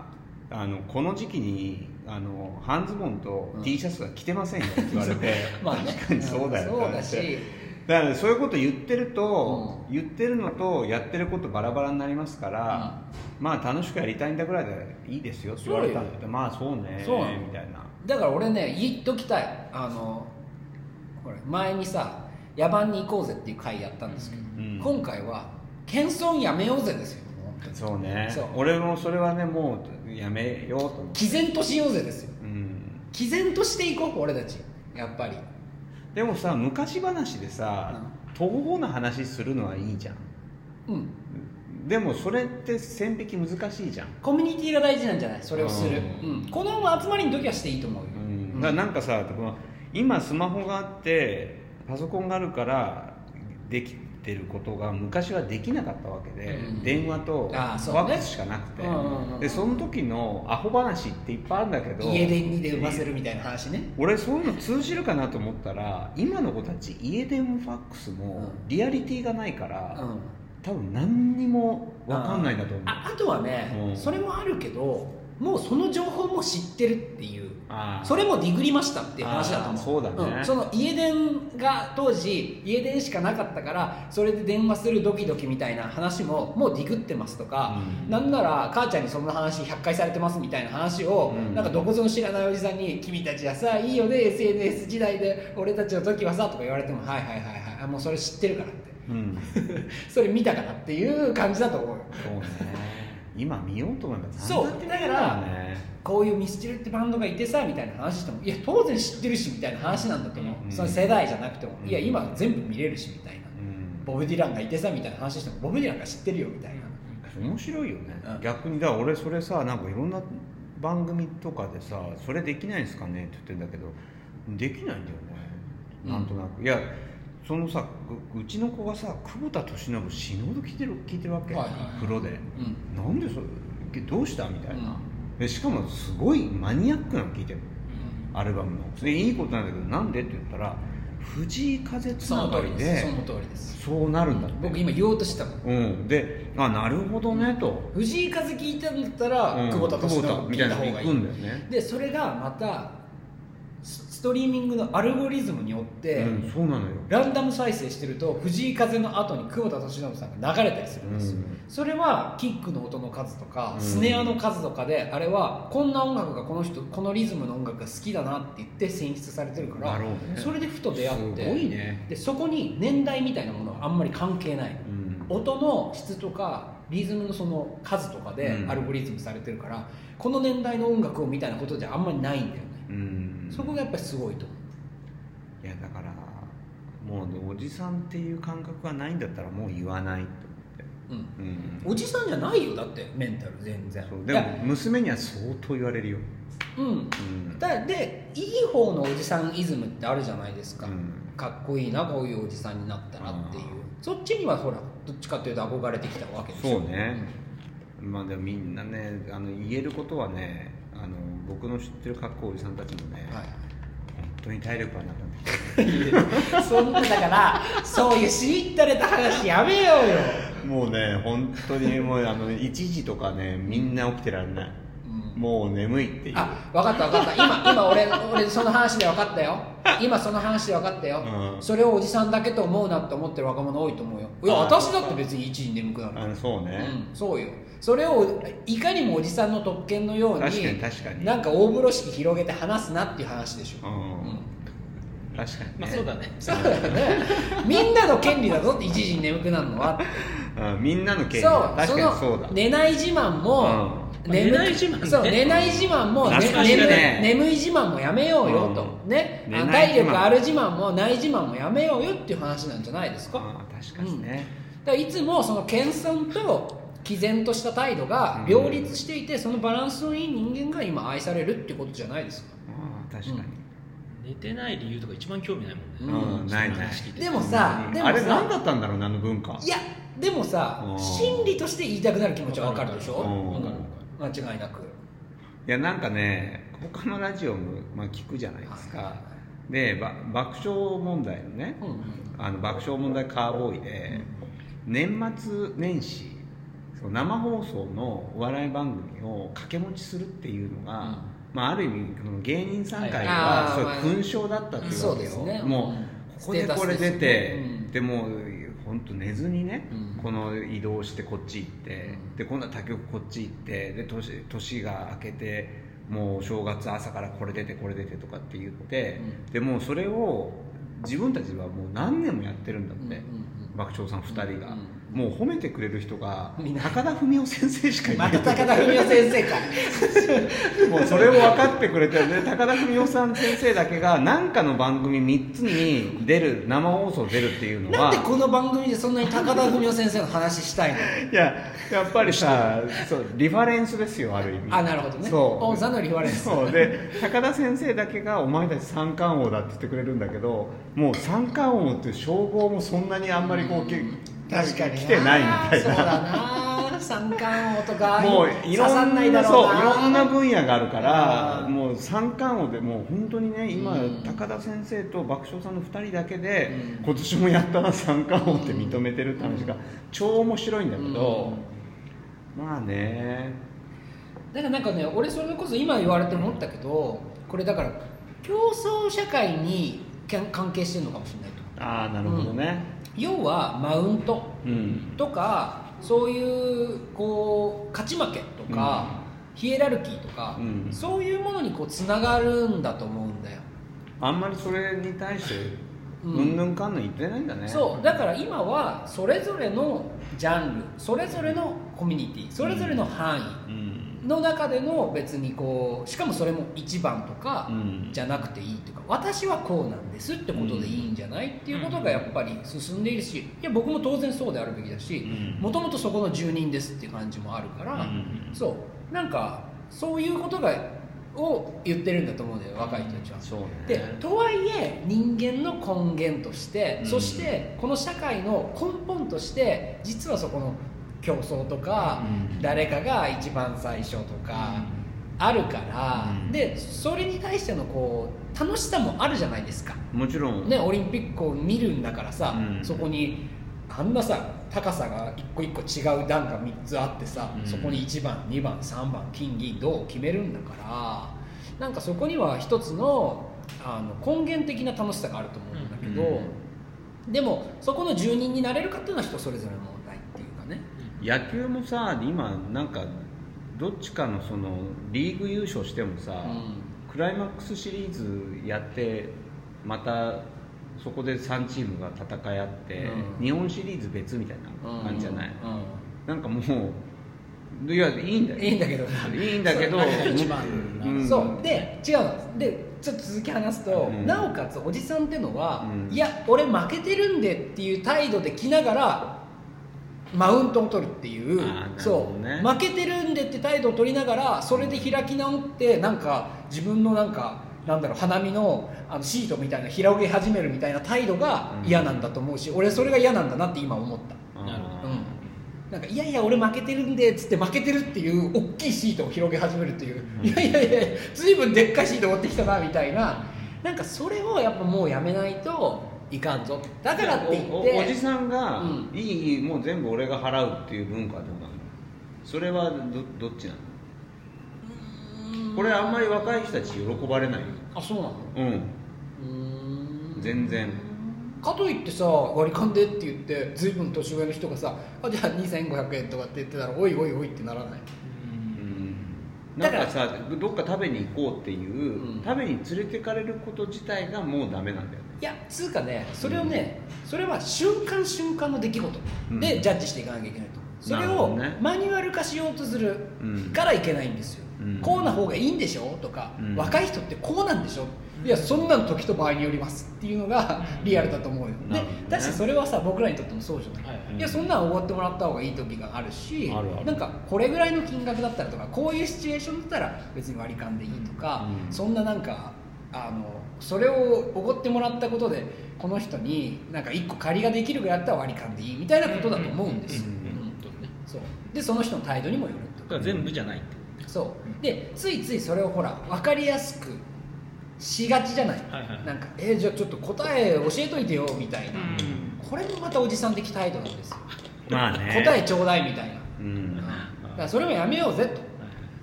[SPEAKER 3] あのこの時期にあの半ズボンと
[SPEAKER 2] うん
[SPEAKER 3] T シャツが着てませんよって言われて、
[SPEAKER 2] *laughs* まあね
[SPEAKER 3] 確かにそうだよ
[SPEAKER 2] ん
[SPEAKER 3] な
[SPEAKER 2] そうだし
[SPEAKER 3] だからそういうこと言ってると、言ってるのとやってることバラバラになりますから、まあ楽しくやりたいんだぐらいでいいですよって言われたんだけどまあそうね
[SPEAKER 2] そうなの
[SPEAKER 3] みたいな
[SPEAKER 2] だから俺ね言っときたいあのほら前にさ「野蛮に行こうぜ」っていう回やったんですけど、
[SPEAKER 3] うん
[SPEAKER 2] 今回は「謙遜やめようぜ」ですよも本当に
[SPEAKER 3] そうね
[SPEAKER 2] そう
[SPEAKER 3] 俺もそれはねもうやめようと思って、
[SPEAKER 2] 毅然としようぜですよ
[SPEAKER 3] うん、
[SPEAKER 2] 毅然としていこう俺たちやっぱり
[SPEAKER 3] でもさ昔話でさ途方な話するのはいいじゃん
[SPEAKER 2] うん
[SPEAKER 3] でもそれって線引き難しいじゃん、
[SPEAKER 2] コミュニティが大事なんじゃないそれをする、
[SPEAKER 1] う
[SPEAKER 2] うんん、この集まりの時はしていいと思うよ、
[SPEAKER 3] うん、だからなんかさこの今スマホがあってパソコンがあるからできてることが昔はできなかったわけで、
[SPEAKER 2] うん
[SPEAKER 3] 電話とフ
[SPEAKER 2] あ
[SPEAKER 3] ァ
[SPEAKER 2] ーそうね
[SPEAKER 3] ックスしかなくて、
[SPEAKER 2] うんうんうん
[SPEAKER 3] でその時のアホ話っていっぱいあるんだけど
[SPEAKER 2] 家電にで産ませるみたいな話ね
[SPEAKER 3] 俺そういうの通じるかなと思ったら今の子たち家電もファックスも
[SPEAKER 2] うん
[SPEAKER 3] リアリティがないか
[SPEAKER 2] う
[SPEAKER 3] ら、
[SPEAKER 2] ん
[SPEAKER 3] 多分何にも分かんないんだと思う
[SPEAKER 2] ああとはね、
[SPEAKER 3] うん
[SPEAKER 2] それもあるけどもうその情報も知ってるっていう
[SPEAKER 3] あー
[SPEAKER 2] それもディグりましたっていう話だと思う
[SPEAKER 3] あーそうだね
[SPEAKER 2] んその家電が当時家電しかなかったからそれで電話するドキドキみたいな話ももうディグってますとか、
[SPEAKER 3] うん
[SPEAKER 2] なんなら母ちゃんにそんな話100回されてますみたいな話を、
[SPEAKER 3] うん
[SPEAKER 2] なんかどこぞの知らないおじさんに「君たちはさいいよね SNS 時代で俺たちの時はさ」とか言われても「はいはいはいはいあもうそれ知ってるから」って *laughs*
[SPEAKER 3] うん
[SPEAKER 2] それ見たからっていう感じだと思うよ
[SPEAKER 3] そうね今見ようと思えば
[SPEAKER 2] そう
[SPEAKER 3] 何って見れるからね
[SPEAKER 2] こういうミスチルってバンドがいてさみたいな話してもいや当然知ってるしみたいな話なんだと思う、
[SPEAKER 3] うん
[SPEAKER 2] その世代じゃなくても、
[SPEAKER 3] うん
[SPEAKER 2] いや今全部見れるしみたいな
[SPEAKER 3] うん
[SPEAKER 2] ボブ・ディランがいてさみたいな話してもボブ・ディランが知ってるよみたいな、
[SPEAKER 3] 面白いよね、
[SPEAKER 2] うん
[SPEAKER 3] 逆にだから俺それさなんかいろんな番組とかでさ「それできないんですかね?」って言ってんだけどできないんだよね
[SPEAKER 2] うん
[SPEAKER 3] なんとなく、いやそのさううちの子がさ久保田利伸死ぬほど聞いてる聞いてるわけ、
[SPEAKER 2] はいはい
[SPEAKER 3] 風呂で
[SPEAKER 2] うん
[SPEAKER 3] なんでそれどうしたみたいな
[SPEAKER 2] うん、
[SPEAKER 3] でしかもすごいマニアックなの聞いてるアルバムのでいいことなんだけどなんでって言ったら藤井風つ
[SPEAKER 2] そ
[SPEAKER 3] な
[SPEAKER 2] の
[SPEAKER 3] が
[SPEAKER 2] 通り
[SPEAKER 3] り
[SPEAKER 2] です
[SPEAKER 3] で
[SPEAKER 2] その通りです
[SPEAKER 3] そうなるんだって、
[SPEAKER 2] 僕今言おうとしてたもん
[SPEAKER 3] うん、であなるほどねと、
[SPEAKER 2] 藤井風聞いたんだったら、
[SPEAKER 3] うん
[SPEAKER 2] 久保田とし
[SPEAKER 3] 久保田み
[SPEAKER 2] 聞
[SPEAKER 3] た
[SPEAKER 2] い
[SPEAKER 3] い
[SPEAKER 2] た
[SPEAKER 3] なの
[SPEAKER 2] 方
[SPEAKER 3] 行
[SPEAKER 2] がいい
[SPEAKER 3] くんだよね
[SPEAKER 2] でそれがまたスストリーミングのアルゴリズムによって、
[SPEAKER 3] うんそうなのよ
[SPEAKER 2] ランダム再生してると藤井風の後に久保田利伸さんが流れたりするんですよ、
[SPEAKER 3] うん
[SPEAKER 2] それはキックの音の数とか
[SPEAKER 3] うん
[SPEAKER 2] スネアの数とかであれはこんな音楽がこの人このリズムの音楽が好きだなって言って選出されてるから
[SPEAKER 3] なるほどね
[SPEAKER 2] それでふと出会って
[SPEAKER 3] すごいね
[SPEAKER 2] でそこに年代みたいなものはあんまり関係ない
[SPEAKER 3] うん
[SPEAKER 2] 音の質とかリズムのその数とかで
[SPEAKER 3] うん
[SPEAKER 2] アルゴリズムされてるから、この年代の音楽をみたいなことじゃあんまりないんだよね、
[SPEAKER 3] うん
[SPEAKER 2] そこがやっぱりすごいと思う
[SPEAKER 3] いやだからもうねおじさんっていう感覚がないんだったらもう言わないと
[SPEAKER 2] うん
[SPEAKER 3] 思って、うん、
[SPEAKER 2] おじさんじゃないよだってメンタル全然
[SPEAKER 3] そう
[SPEAKER 2] い
[SPEAKER 3] でも
[SPEAKER 2] や
[SPEAKER 3] 娘には相当言われるよ、
[SPEAKER 2] うん
[SPEAKER 3] うん
[SPEAKER 2] だでいい方のおじさんイズムってあるじゃないですか、
[SPEAKER 3] うん
[SPEAKER 2] かっこいいなこういうおじさんになったらっていう
[SPEAKER 3] あ
[SPEAKER 2] そっちにはほらどっちかというと憧れてきたわけでし
[SPEAKER 3] そ
[SPEAKER 2] ょ
[SPEAKER 3] うね、まあでもみんなねあの言えることはねあの僕の知ってるかっこいいおじさんたちもね、
[SPEAKER 2] は
[SPEAKER 3] 本当に体力がなくなってきて
[SPEAKER 2] い、 *laughs* そんなだからそういうしみったれた話やめようよ
[SPEAKER 3] もうね本当にもうあの1時とかねみんな起きてられない、
[SPEAKER 2] うん
[SPEAKER 3] もう眠いっていう
[SPEAKER 2] あ分かった分かった今今俺俺その話で分かったよ今その話で分かったよ、
[SPEAKER 3] うん
[SPEAKER 2] それをおじさんだけと思うなって思ってる若者多いと思うよいや私だって別に一時眠くなる
[SPEAKER 3] あのそうね、
[SPEAKER 2] うん、そうよそれをいかにもおじさんの特権のように
[SPEAKER 3] 確かに確かに
[SPEAKER 2] なんか大風呂敷広げて話すなっていう話でしょ、
[SPEAKER 3] うん確かに、ね
[SPEAKER 1] まあそうだね
[SPEAKER 2] そうだよね *laughs* みんなの権利だぞって一時に眠くなるのはって
[SPEAKER 3] うんみんなの権利
[SPEAKER 2] そう
[SPEAKER 3] だ確かに
[SPEAKER 2] そ
[SPEAKER 3] そう
[SPEAKER 2] の
[SPEAKER 3] だ
[SPEAKER 2] 寝ない自慢も、
[SPEAKER 1] うん
[SPEAKER 2] 眠く
[SPEAKER 1] 寝ない自慢ね
[SPEAKER 2] そう寝ない自慢も、
[SPEAKER 3] 懐かしいね
[SPEAKER 2] 眠い眠い自慢もやめようよと、
[SPEAKER 3] うん
[SPEAKER 2] ねあ
[SPEAKER 3] 寝ない
[SPEAKER 2] 体
[SPEAKER 3] 自慢
[SPEAKER 2] 力ある自慢もない自慢もやめようよっていう話なんじゃないですか、
[SPEAKER 3] あー確かにね、
[SPEAKER 2] だからいつもその謙遜と毅然とした態度が両立していて、そのバランスのいい人間が今愛されるってことじゃないですか
[SPEAKER 3] あー確かに、
[SPEAKER 1] 寝てない理由とか一番興味ないもんね、
[SPEAKER 3] うん
[SPEAKER 1] そな
[SPEAKER 3] ないない
[SPEAKER 1] 話聞て
[SPEAKER 2] でもさでもさ
[SPEAKER 3] あれ何だったんだろうねあの文化
[SPEAKER 2] いやでもさ
[SPEAKER 3] うん
[SPEAKER 2] 心理として言いたくなる気持ちはわかるでしょ、
[SPEAKER 3] うん
[SPEAKER 2] うん
[SPEAKER 3] わかる
[SPEAKER 2] 間違いなく
[SPEAKER 3] いやなんかね他のラジオも、まあ、聞くじゃないですか、でば爆笑問題のね、
[SPEAKER 2] うん
[SPEAKER 3] あの爆笑問題カーボーイで年末年始そう生放送のお笑い番組を掛け持ちするっていうのが、
[SPEAKER 2] うん
[SPEAKER 3] まあ、ある意味この芸人さん
[SPEAKER 1] は
[SPEAKER 3] 会
[SPEAKER 1] い
[SPEAKER 3] は
[SPEAKER 2] あーまあ
[SPEAKER 3] そういう勲章だったっていう
[SPEAKER 2] そ
[SPEAKER 3] わ
[SPEAKER 2] う
[SPEAKER 3] け
[SPEAKER 2] で
[SPEAKER 3] よ、
[SPEAKER 2] すね
[SPEAKER 3] も
[SPEAKER 2] うん
[SPEAKER 3] うここでこれ
[SPEAKER 2] ステータ
[SPEAKER 3] 出
[SPEAKER 2] ス
[SPEAKER 3] て
[SPEAKER 2] ですねうん
[SPEAKER 3] でも本当寝ずにね、
[SPEAKER 2] うん
[SPEAKER 3] この移動してこっち行って
[SPEAKER 2] うん
[SPEAKER 3] で今度は他局こっち行ってで年年が明けてもう正月朝からこれ出てこれ出てとかって言って、
[SPEAKER 2] う
[SPEAKER 3] でもうそれを自分たちはもう何年もやってるんだっ
[SPEAKER 2] うんうん
[SPEAKER 3] て、
[SPEAKER 2] うん
[SPEAKER 3] 爆笑さん2人
[SPEAKER 2] う
[SPEAKER 3] が、
[SPEAKER 2] んうん
[SPEAKER 3] もう褒めてくれる人が
[SPEAKER 2] いない
[SPEAKER 3] 高田文夫先生しかいな
[SPEAKER 2] ま
[SPEAKER 3] い
[SPEAKER 2] た高田文夫先生か
[SPEAKER 3] もうそれを分かってくれてるね高田文夫さん先生だけが何かの番組3つに出る生放送出るっていうの
[SPEAKER 2] なん
[SPEAKER 3] は
[SPEAKER 2] でこの番組でそんなに高田文夫先生の話したいの
[SPEAKER 3] いややっぱりさそうリファレンスですよある意味
[SPEAKER 2] あなるほどね
[SPEAKER 3] そう
[SPEAKER 2] オンさんのリファレンス
[SPEAKER 3] そうで高田先生だけが「お前たち三冠王だ」って言ってくれるんだけどもう三冠王っていう称号もそんなにあんまりこうけ
[SPEAKER 2] 確かにな
[SPEAKER 3] 来てないみたい
[SPEAKER 2] そう
[SPEAKER 3] な
[SPEAKER 2] だな三冠王とか
[SPEAKER 3] もう
[SPEAKER 2] 刺
[SPEAKER 3] いろ
[SPEAKER 2] さ
[SPEAKER 3] ん
[SPEAKER 2] んない
[SPEAKER 3] な
[SPEAKER 2] だ
[SPEAKER 3] そ
[SPEAKER 2] ろう
[SPEAKER 3] うい
[SPEAKER 2] な
[SPEAKER 3] ろんな分野があるから
[SPEAKER 2] うん
[SPEAKER 3] もう三冠王でもう本当にね今、
[SPEAKER 2] うん
[SPEAKER 3] 高田先生と爆笑さんの2人だけで、
[SPEAKER 2] うん
[SPEAKER 3] 今年もやったら三冠王って認めてるって話が超面白いんだけど、まあね
[SPEAKER 2] だからなんかね俺それこそ今言われて思ったけどこれだから競争社会に関関係してるのかもしれないと
[SPEAKER 3] ああなるほどね、
[SPEAKER 2] 要はマウント
[SPEAKER 3] うん
[SPEAKER 2] とかそういうこう勝ち負けとか、ヒエラルキーとか、
[SPEAKER 3] うん
[SPEAKER 2] そういうものにこうつながるんだと思うんだよ、
[SPEAKER 3] あんまりそれに対して
[SPEAKER 2] うん
[SPEAKER 3] うんぬんかんぬん言ってないんだね、
[SPEAKER 2] そうだから今はそれぞれのジャンルそれぞれのコミュニティそれぞれの範囲
[SPEAKER 3] うん
[SPEAKER 2] の中での別にこうしかもそれも一番とか
[SPEAKER 3] うん
[SPEAKER 2] じゃなくていいとか私はこうなんですってことでいいんじゃないっていうことがやっぱり進んでいるしいや僕も当然そうであるべきだし
[SPEAKER 3] うん
[SPEAKER 2] もともとそこの住人ですっていう感じもあるから、
[SPEAKER 3] うん
[SPEAKER 2] そうなんかそういうことがを言ってるんだと思うんだよ若い人たちは。
[SPEAKER 3] そうね
[SPEAKER 2] でとはいえ人間の根源として、
[SPEAKER 3] うん
[SPEAKER 2] そしてこの社会の根本として実はそこの競争とか、
[SPEAKER 3] うん
[SPEAKER 2] 誰かが一番最初とかあるから、
[SPEAKER 3] うん
[SPEAKER 2] でそれに対してのこう楽しさもあるじゃないですか、
[SPEAKER 3] もちろん、
[SPEAKER 2] ね、オリンピックを見るんだからさ、
[SPEAKER 3] うん
[SPEAKER 2] そこにあんなさ高さが一個一個違う段が3つあってさ、
[SPEAKER 3] うん
[SPEAKER 2] そこに1番2番3番金銀銅を決めるんだからなんかそこには一つのあの根源的な楽しさがあると思うんだけど、でもそこの住人になれるかっていうのは人それぞれの問題っていうかね。
[SPEAKER 3] 野球もさ今なんかどっちかのそのリーグ優勝してもさ、
[SPEAKER 2] う
[SPEAKER 3] クライマックスシリーズやってまたそこで3チームが戦い合って、
[SPEAKER 2] うん
[SPEAKER 3] 日本シリーズ別みたい
[SPEAKER 2] ん
[SPEAKER 3] な感じじゃない、
[SPEAKER 2] うん
[SPEAKER 3] なんかもういやいいんだよ
[SPEAKER 2] いいんだ
[SPEAKER 3] *laughs*
[SPEAKER 2] けど
[SPEAKER 3] いいんだけど
[SPEAKER 1] そう何が一番
[SPEAKER 3] うん
[SPEAKER 2] そうで違うのでちょっと続き話すと、
[SPEAKER 3] うん
[SPEAKER 2] なおかつおじさんってのは、
[SPEAKER 3] うん
[SPEAKER 2] いや俺負けてるんでっていう態度で来ながらマウントを取るっていう、
[SPEAKER 3] あーなる
[SPEAKER 2] そ
[SPEAKER 3] ほど
[SPEAKER 2] う
[SPEAKER 3] ね
[SPEAKER 2] 負けてるんでって態度を取りながらそれで開き直ってなんか自分のなんかなんだろう花見のあのシートみたいな広げ始めるみたいな態度が嫌なんだと思うし、俺それが嫌なんだなって今思った。
[SPEAKER 3] あー
[SPEAKER 1] なるほ
[SPEAKER 2] うんなんかいやいや俺負けてるんでっつって負けてるっていう大きいシートを広げ始めるっていう、
[SPEAKER 3] うん
[SPEAKER 2] いやいやいや随分でっかいシート持ってきたなみたいななんかそれをやっぱもうやめないといかんぞだからって言って
[SPEAKER 3] おおおじさんが、
[SPEAKER 2] うん
[SPEAKER 3] いいいいもう全部俺が払うっていう文化はどうなのそれはどどっちなのこれあんまり若い人たち喜ばれないよ
[SPEAKER 2] あそうなの
[SPEAKER 3] うん
[SPEAKER 2] うーん
[SPEAKER 3] 全然
[SPEAKER 2] かといってさ割り勘でって言って随分年上の人がさあじゃあ2500円とかって言ってたらおいおいおいってならない
[SPEAKER 3] うんな
[SPEAKER 2] だ
[SPEAKER 3] ん
[SPEAKER 2] から
[SPEAKER 3] かさどっか食べに行こうっていう、
[SPEAKER 2] うん
[SPEAKER 3] 食べに連れてかれること自体がもうダメなんだよね
[SPEAKER 2] いやつうかねそれをね、それは瞬間瞬間の出来事
[SPEAKER 3] う
[SPEAKER 2] で
[SPEAKER 3] ん
[SPEAKER 2] ジャッジしていかなきゃいけないと、そ
[SPEAKER 3] な
[SPEAKER 2] れ
[SPEAKER 3] るほ
[SPEAKER 2] を
[SPEAKER 3] どね
[SPEAKER 2] マニュアル化しようとする
[SPEAKER 3] うん
[SPEAKER 2] からいけないんですよ、
[SPEAKER 3] うん
[SPEAKER 2] こうな方がいいんでしょとか、
[SPEAKER 3] うん
[SPEAKER 2] 若い人ってこうなんでしょ
[SPEAKER 1] うん
[SPEAKER 2] いやそんなの時と場合によりますっていうのが
[SPEAKER 1] うん
[SPEAKER 2] リアルだと思うよ、
[SPEAKER 3] な
[SPEAKER 2] で
[SPEAKER 3] るほどね
[SPEAKER 2] だしそれはさ僕らにとってもそうじゃない、
[SPEAKER 1] はいはい
[SPEAKER 2] いやそんなのおごってもらった方がいい時があるし
[SPEAKER 3] あるある
[SPEAKER 2] なんかこれぐらいの金額だったらとかこういうシチュエーションだったら別に割り勘でいいとか、
[SPEAKER 3] うん
[SPEAKER 2] そんななんかあのそれをおごってもらったことでこの人になんか1個借りができるぐらいだったら割り勘でいいみたいなことだと思うんですよ、
[SPEAKER 3] うんうん
[SPEAKER 2] うんそうでその人の態度にもよると
[SPEAKER 1] だから全部じゃないって
[SPEAKER 2] そうでついついそれをほら分かりやすくしがちじゃない、
[SPEAKER 1] はいはい
[SPEAKER 2] なんか「えーじゃあちょっと答え教えといてよ」みたいな、これもまたおじさん的態度なんですよ、
[SPEAKER 3] まあね
[SPEAKER 2] 答えちょうだいみたいな、
[SPEAKER 3] うん
[SPEAKER 2] だからそれもやめようぜと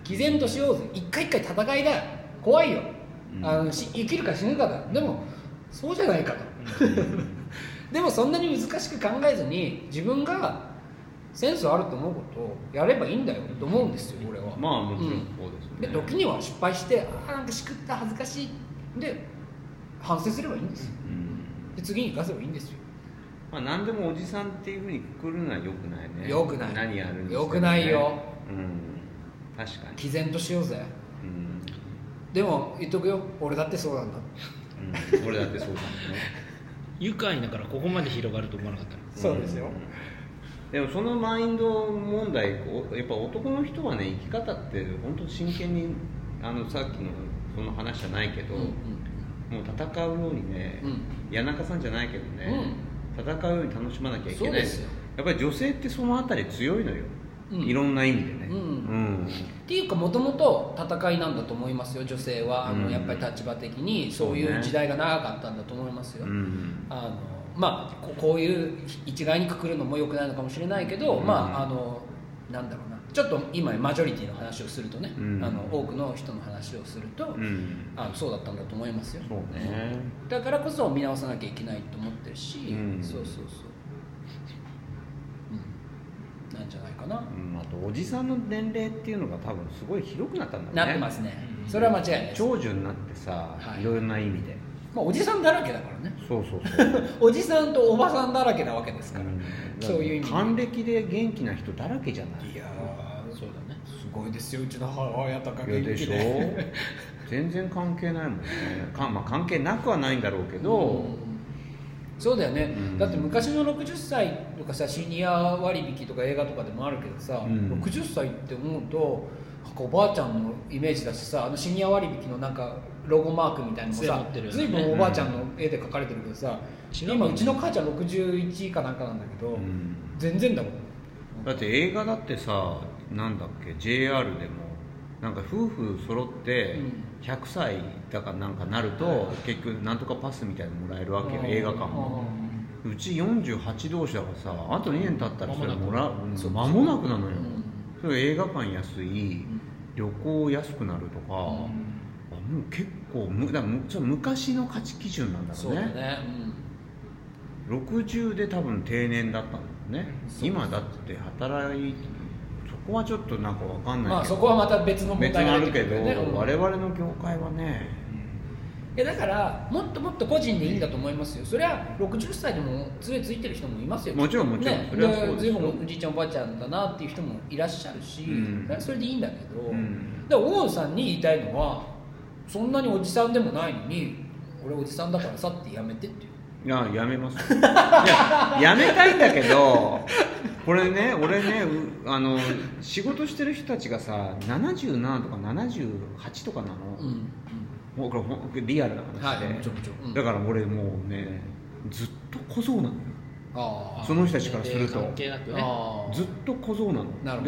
[SPEAKER 2] 毅然としようぜ一回一回戦いだよ怖いよ、
[SPEAKER 3] うん
[SPEAKER 2] あのし生きるか死ぬかだでもそうじゃないかと、 *laughs* でもそんなに難しく考えずに自分がセンスあると思うことをやればいいんだよと思うんですよ俺は
[SPEAKER 3] まあもちろんそうですよ
[SPEAKER 2] で
[SPEAKER 3] ね
[SPEAKER 2] 時には失敗してああんかしくった恥ずかしいで反省すればいいんですよ
[SPEAKER 3] うん
[SPEAKER 2] で次に生かせばいいんですよ
[SPEAKER 3] まあ、何でもおじさんっていうふうにくくるのはよくないね
[SPEAKER 2] 良くない
[SPEAKER 3] 何やるにしてもね
[SPEAKER 2] 良くないよ
[SPEAKER 3] うん確かに
[SPEAKER 2] 毅然としようぜ
[SPEAKER 3] うん、
[SPEAKER 2] でも言っとくよ俺だってそうなんだ
[SPEAKER 3] うん、俺だってそうだもんね
[SPEAKER 1] 愉快だからここまで広がると思わなかったの
[SPEAKER 2] *laughs* そうですよ
[SPEAKER 3] んでもそのマインド問題こうやっぱ男の人はね生き方って本当真剣にあのさっきのその話じゃないけど、もう戦うようにね、
[SPEAKER 2] う
[SPEAKER 3] 谷中さんじゃないけどね、戦うように楽しまなきゃいけ
[SPEAKER 2] そう
[SPEAKER 3] ない
[SPEAKER 2] ですよ
[SPEAKER 3] やっぱり女性ってそのあたり強いのよ、
[SPEAKER 2] うん
[SPEAKER 3] いろんな意味でね
[SPEAKER 2] うん
[SPEAKER 3] うん
[SPEAKER 2] っていうかもともと戦いなんだと思いますよ女性はあの、
[SPEAKER 3] うん
[SPEAKER 2] やっぱり立場的にそうい
[SPEAKER 3] そう
[SPEAKER 2] う
[SPEAKER 3] ね
[SPEAKER 2] 時代が長かったんだと思いますよ、
[SPEAKER 3] うん
[SPEAKER 2] あのまあここういう一概にくくるのも良くないのかもしれないけど、
[SPEAKER 3] うん
[SPEAKER 2] まああのなんだろうなちょっと今マジョリティの話をするとね、
[SPEAKER 3] うん
[SPEAKER 2] あの多くの人の話をすると、
[SPEAKER 3] うん
[SPEAKER 2] あのそうだったんだと思いますよ
[SPEAKER 3] そうね
[SPEAKER 2] だからこそ見直さなきゃいけないと思ってるし、
[SPEAKER 3] うん
[SPEAKER 2] そうそうそう、うん、なんじゃないかな、
[SPEAKER 3] うんあとおじさんの年齢っていうのが多分すごい広くなったんだろうね
[SPEAKER 2] なってますね、それは間違いないです、
[SPEAKER 3] 長寿になってさ、
[SPEAKER 2] はい
[SPEAKER 3] い、ろんな意味で
[SPEAKER 2] まあ、おじさんだらけだからね *laughs*
[SPEAKER 3] そうそうそう、
[SPEAKER 2] おじさんとおばさんだらけなわけですから、そういう意味で
[SPEAKER 3] 還暦で元気な人だらけじゃない
[SPEAKER 2] いや
[SPEAKER 1] そうだね
[SPEAKER 2] ーすごいですようちの母親とか
[SPEAKER 3] いやでしょ全然関係ないもんねか、まあ、関係なくはないんだろうけど、
[SPEAKER 2] そうだよね、
[SPEAKER 3] うん
[SPEAKER 2] だって昔の60歳とかさシニア割引とか映画とかでもあるけどさ、
[SPEAKER 3] うん
[SPEAKER 2] 60歳って思うとなんかおばあちゃんのイメージだしさあのシニア割引のなんかロゴマークみたいなのも
[SPEAKER 1] 杖持
[SPEAKER 2] さ
[SPEAKER 1] ってるよね
[SPEAKER 2] 随分おばあちゃんの絵で描かれてるけどさ、
[SPEAKER 1] 違うもんね
[SPEAKER 2] 今うちの母ちゃん61かなんかなんだけど、
[SPEAKER 3] うん
[SPEAKER 2] 全然だもん
[SPEAKER 3] だって映画だってさなんだっけ JR でもなんか夫婦揃って100歳だかなんかなると結局なんとかパスみたいなのもらえるわけよ映画館もうち48同士だからさあと2年経ったらそれもらう
[SPEAKER 2] なく
[SPEAKER 3] うん間もなくなのよ、
[SPEAKER 2] うん
[SPEAKER 3] それ映画館安い、旅行安くなるとか、あもう結構むだからむそれ昔の価値基準なんだろ
[SPEAKER 2] そうう
[SPEAKER 3] ね
[SPEAKER 2] だね、
[SPEAKER 3] 60で多分定年だったんだよね
[SPEAKER 2] そう
[SPEAKER 3] 今だって働いそこはちょっとなんかわか
[SPEAKER 2] う
[SPEAKER 3] ん
[SPEAKER 2] ん
[SPEAKER 3] ないけど、
[SPEAKER 2] まあそこはまた別の問
[SPEAKER 3] 別
[SPEAKER 2] 題
[SPEAKER 3] に
[SPEAKER 2] が
[SPEAKER 3] あるけど、
[SPEAKER 2] 出てくるよねうん
[SPEAKER 3] 我々の業界はね、
[SPEAKER 2] いやだからもっともっと個人でいいんだと思いますよそりゃ60歳でも杖ついてる人もいますよ
[SPEAKER 3] もちろんもちろん
[SPEAKER 2] ね
[SPEAKER 3] それはそうです
[SPEAKER 2] 随
[SPEAKER 3] よ
[SPEAKER 2] 分おじいちゃんおばあちゃんだなっていう人もいらっしゃるし、
[SPEAKER 3] うん
[SPEAKER 2] それはそれでいいんだけど、
[SPEAKER 3] うん
[SPEAKER 2] だから大野さんに言いたいのはそんなにおじさんでもないのに俺おじさんだからさってやめてっていう
[SPEAKER 3] いややめます *laughs* いややめたいんだけどこれね俺ねうあの仕事してる人たちがさ77とか78とかなの、
[SPEAKER 2] うん、
[SPEAKER 3] もうこれほんリアルな話で、
[SPEAKER 2] はいもちろんもちろんうん
[SPEAKER 3] だから俺もうねずっと小僧なのよ
[SPEAKER 2] ああ
[SPEAKER 3] その人たちからすると
[SPEAKER 1] 関係なくね
[SPEAKER 2] あ
[SPEAKER 3] ずっと小僧なの
[SPEAKER 2] なる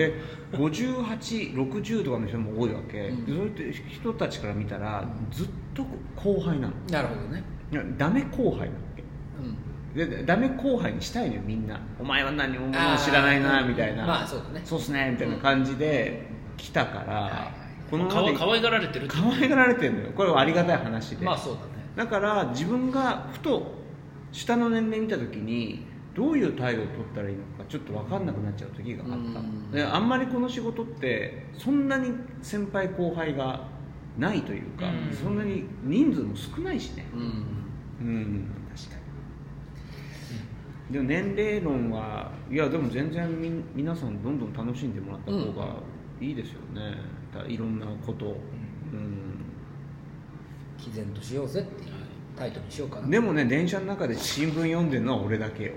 [SPEAKER 2] ほど
[SPEAKER 3] で5860とかの人も多いわけ、
[SPEAKER 2] うん
[SPEAKER 3] でそういう人たちから見たらずっと後輩なの
[SPEAKER 2] なるほどね、
[SPEAKER 3] いやダメ後輩なわけ
[SPEAKER 2] うん、
[SPEAKER 3] でダメ後輩にしたいのよみんなお前は何も
[SPEAKER 2] あー
[SPEAKER 3] 知らないなみたいな、
[SPEAKER 2] まあそうだね
[SPEAKER 3] そうっすねみたいな感じで来たから、
[SPEAKER 2] はい
[SPEAKER 3] この
[SPEAKER 1] か
[SPEAKER 3] まま
[SPEAKER 1] わ
[SPEAKER 3] で
[SPEAKER 1] 可愛がられてるって
[SPEAKER 3] 可愛がられてるのよこれはありがたい話で、
[SPEAKER 2] まあそうだね
[SPEAKER 3] だから自分がふと下の年齢見た時にどういう態度を取ったらいいのかちょっと分かんなくなっちゃう時があった
[SPEAKER 2] うん
[SPEAKER 3] であんまりこの仕事ってそんなに先輩後輩がないというか
[SPEAKER 1] うん
[SPEAKER 3] そんなに人数も少ないしね
[SPEAKER 2] うん
[SPEAKER 3] うん確かにでも年齢論はいやでも全然み皆さんどんどん楽しんでもらった方がいいですよね、だいろんなことをうん
[SPEAKER 2] 毅然としようぜっていうタイトルにしようかな
[SPEAKER 3] でもね電車の中で新聞読んでるのは俺だけよ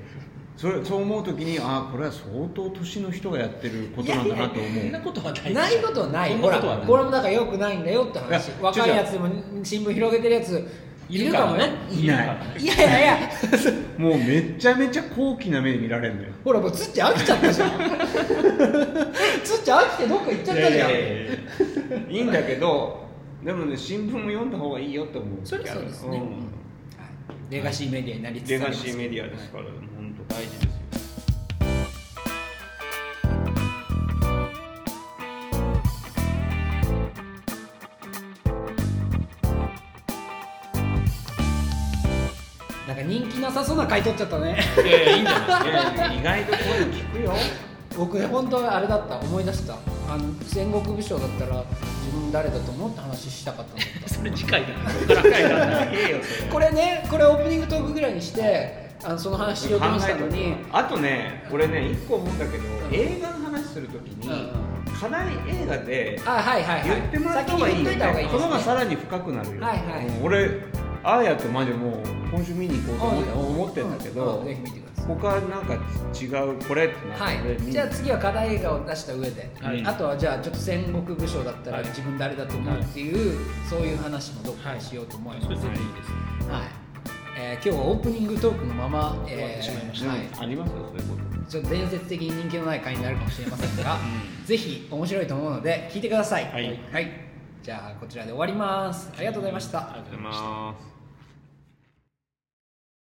[SPEAKER 3] それそう思う時にああこれは相当年の人がやってることなんだなと思
[SPEAKER 1] そんな
[SPEAKER 3] う
[SPEAKER 1] ことはない
[SPEAKER 2] ないことはない
[SPEAKER 1] そん
[SPEAKER 2] ほ
[SPEAKER 1] な
[SPEAKER 2] ら
[SPEAKER 1] ことはない
[SPEAKER 2] これもだからよくないんだよって話
[SPEAKER 3] いや
[SPEAKER 2] 若いやつでも新聞広げてるやついるかもね
[SPEAKER 3] いない
[SPEAKER 2] いやいやいや *laughs*
[SPEAKER 3] もうめちゃめちゃ高貴な目で見られるのよ
[SPEAKER 2] ほらもうつっちゃん飽きちゃったじゃん *laughs* つっちゃん飽きてどっか行っちゃったじゃん
[SPEAKER 3] いいんだけどでもね新聞も読んだ方がいいよって思う
[SPEAKER 2] それはそうですね、
[SPEAKER 3] ん
[SPEAKER 2] うんはいレガシーメディアになりつつあ
[SPEAKER 3] レ
[SPEAKER 2] りま
[SPEAKER 3] ガ
[SPEAKER 2] す
[SPEAKER 3] シーメディアですから本当大事ですよ
[SPEAKER 2] なんか人気なさそうな回取っちゃっ
[SPEAKER 4] *laughs*
[SPEAKER 2] たね
[SPEAKER 1] いやいやいいんじゃない
[SPEAKER 3] いや意外とこういうの聞くよ
[SPEAKER 2] 僕ね本当はあれだった思い出したあの戦国武将だったら自分誰だと思って話したかった
[SPEAKER 4] *laughs*
[SPEAKER 2] んだった
[SPEAKER 1] それ次回だな
[SPEAKER 3] 高いなんだいいよそれ
[SPEAKER 2] これねこれオープニングトークぐらいにしてあのその話しようと思ってたのに
[SPEAKER 4] あとね俺ね一個思うんだけど、映画の話するときに、
[SPEAKER 2] うん
[SPEAKER 4] 課題映画で
[SPEAKER 2] あはいはいはい
[SPEAKER 4] 言ってもらった方がいいよ
[SPEAKER 2] 先に言っといた方がいい
[SPEAKER 4] ね
[SPEAKER 2] です
[SPEAKER 3] この
[SPEAKER 2] ね
[SPEAKER 3] がさらに深くなるよ、
[SPEAKER 2] はいはい
[SPEAKER 3] うん俺あーやとマジもう今週見に行こうと思って
[SPEAKER 2] あ
[SPEAKER 3] 思ってんだけど、
[SPEAKER 2] うぜひ見てください
[SPEAKER 3] 他なんか違うこれってなって、
[SPEAKER 2] は
[SPEAKER 3] 俺見
[SPEAKER 2] い、
[SPEAKER 3] に
[SPEAKER 2] じゃあ次は課題映画を出した上で、
[SPEAKER 1] はい
[SPEAKER 2] あとはじゃあちょっと戦国武将だったら
[SPEAKER 1] はい
[SPEAKER 2] 自分誰だと思うっていう、そういう話もどっかにしようと思います、
[SPEAKER 1] そ
[SPEAKER 2] は
[SPEAKER 1] れ
[SPEAKER 2] い
[SPEAKER 1] 全然いいですね
[SPEAKER 2] えー今日はオープニングトークのまま、えー
[SPEAKER 1] 終わってしまいまし
[SPEAKER 2] は
[SPEAKER 3] ありますよそういうこと
[SPEAKER 2] い、ちょっと伝説的に人気のない回になるかもしれませんが、ぜひ面白いと思うので聞いてください、
[SPEAKER 3] はい
[SPEAKER 2] はい、じゃあこちらで終わりますありがとうございました、
[SPEAKER 1] ありがとうございました
[SPEAKER 3] ます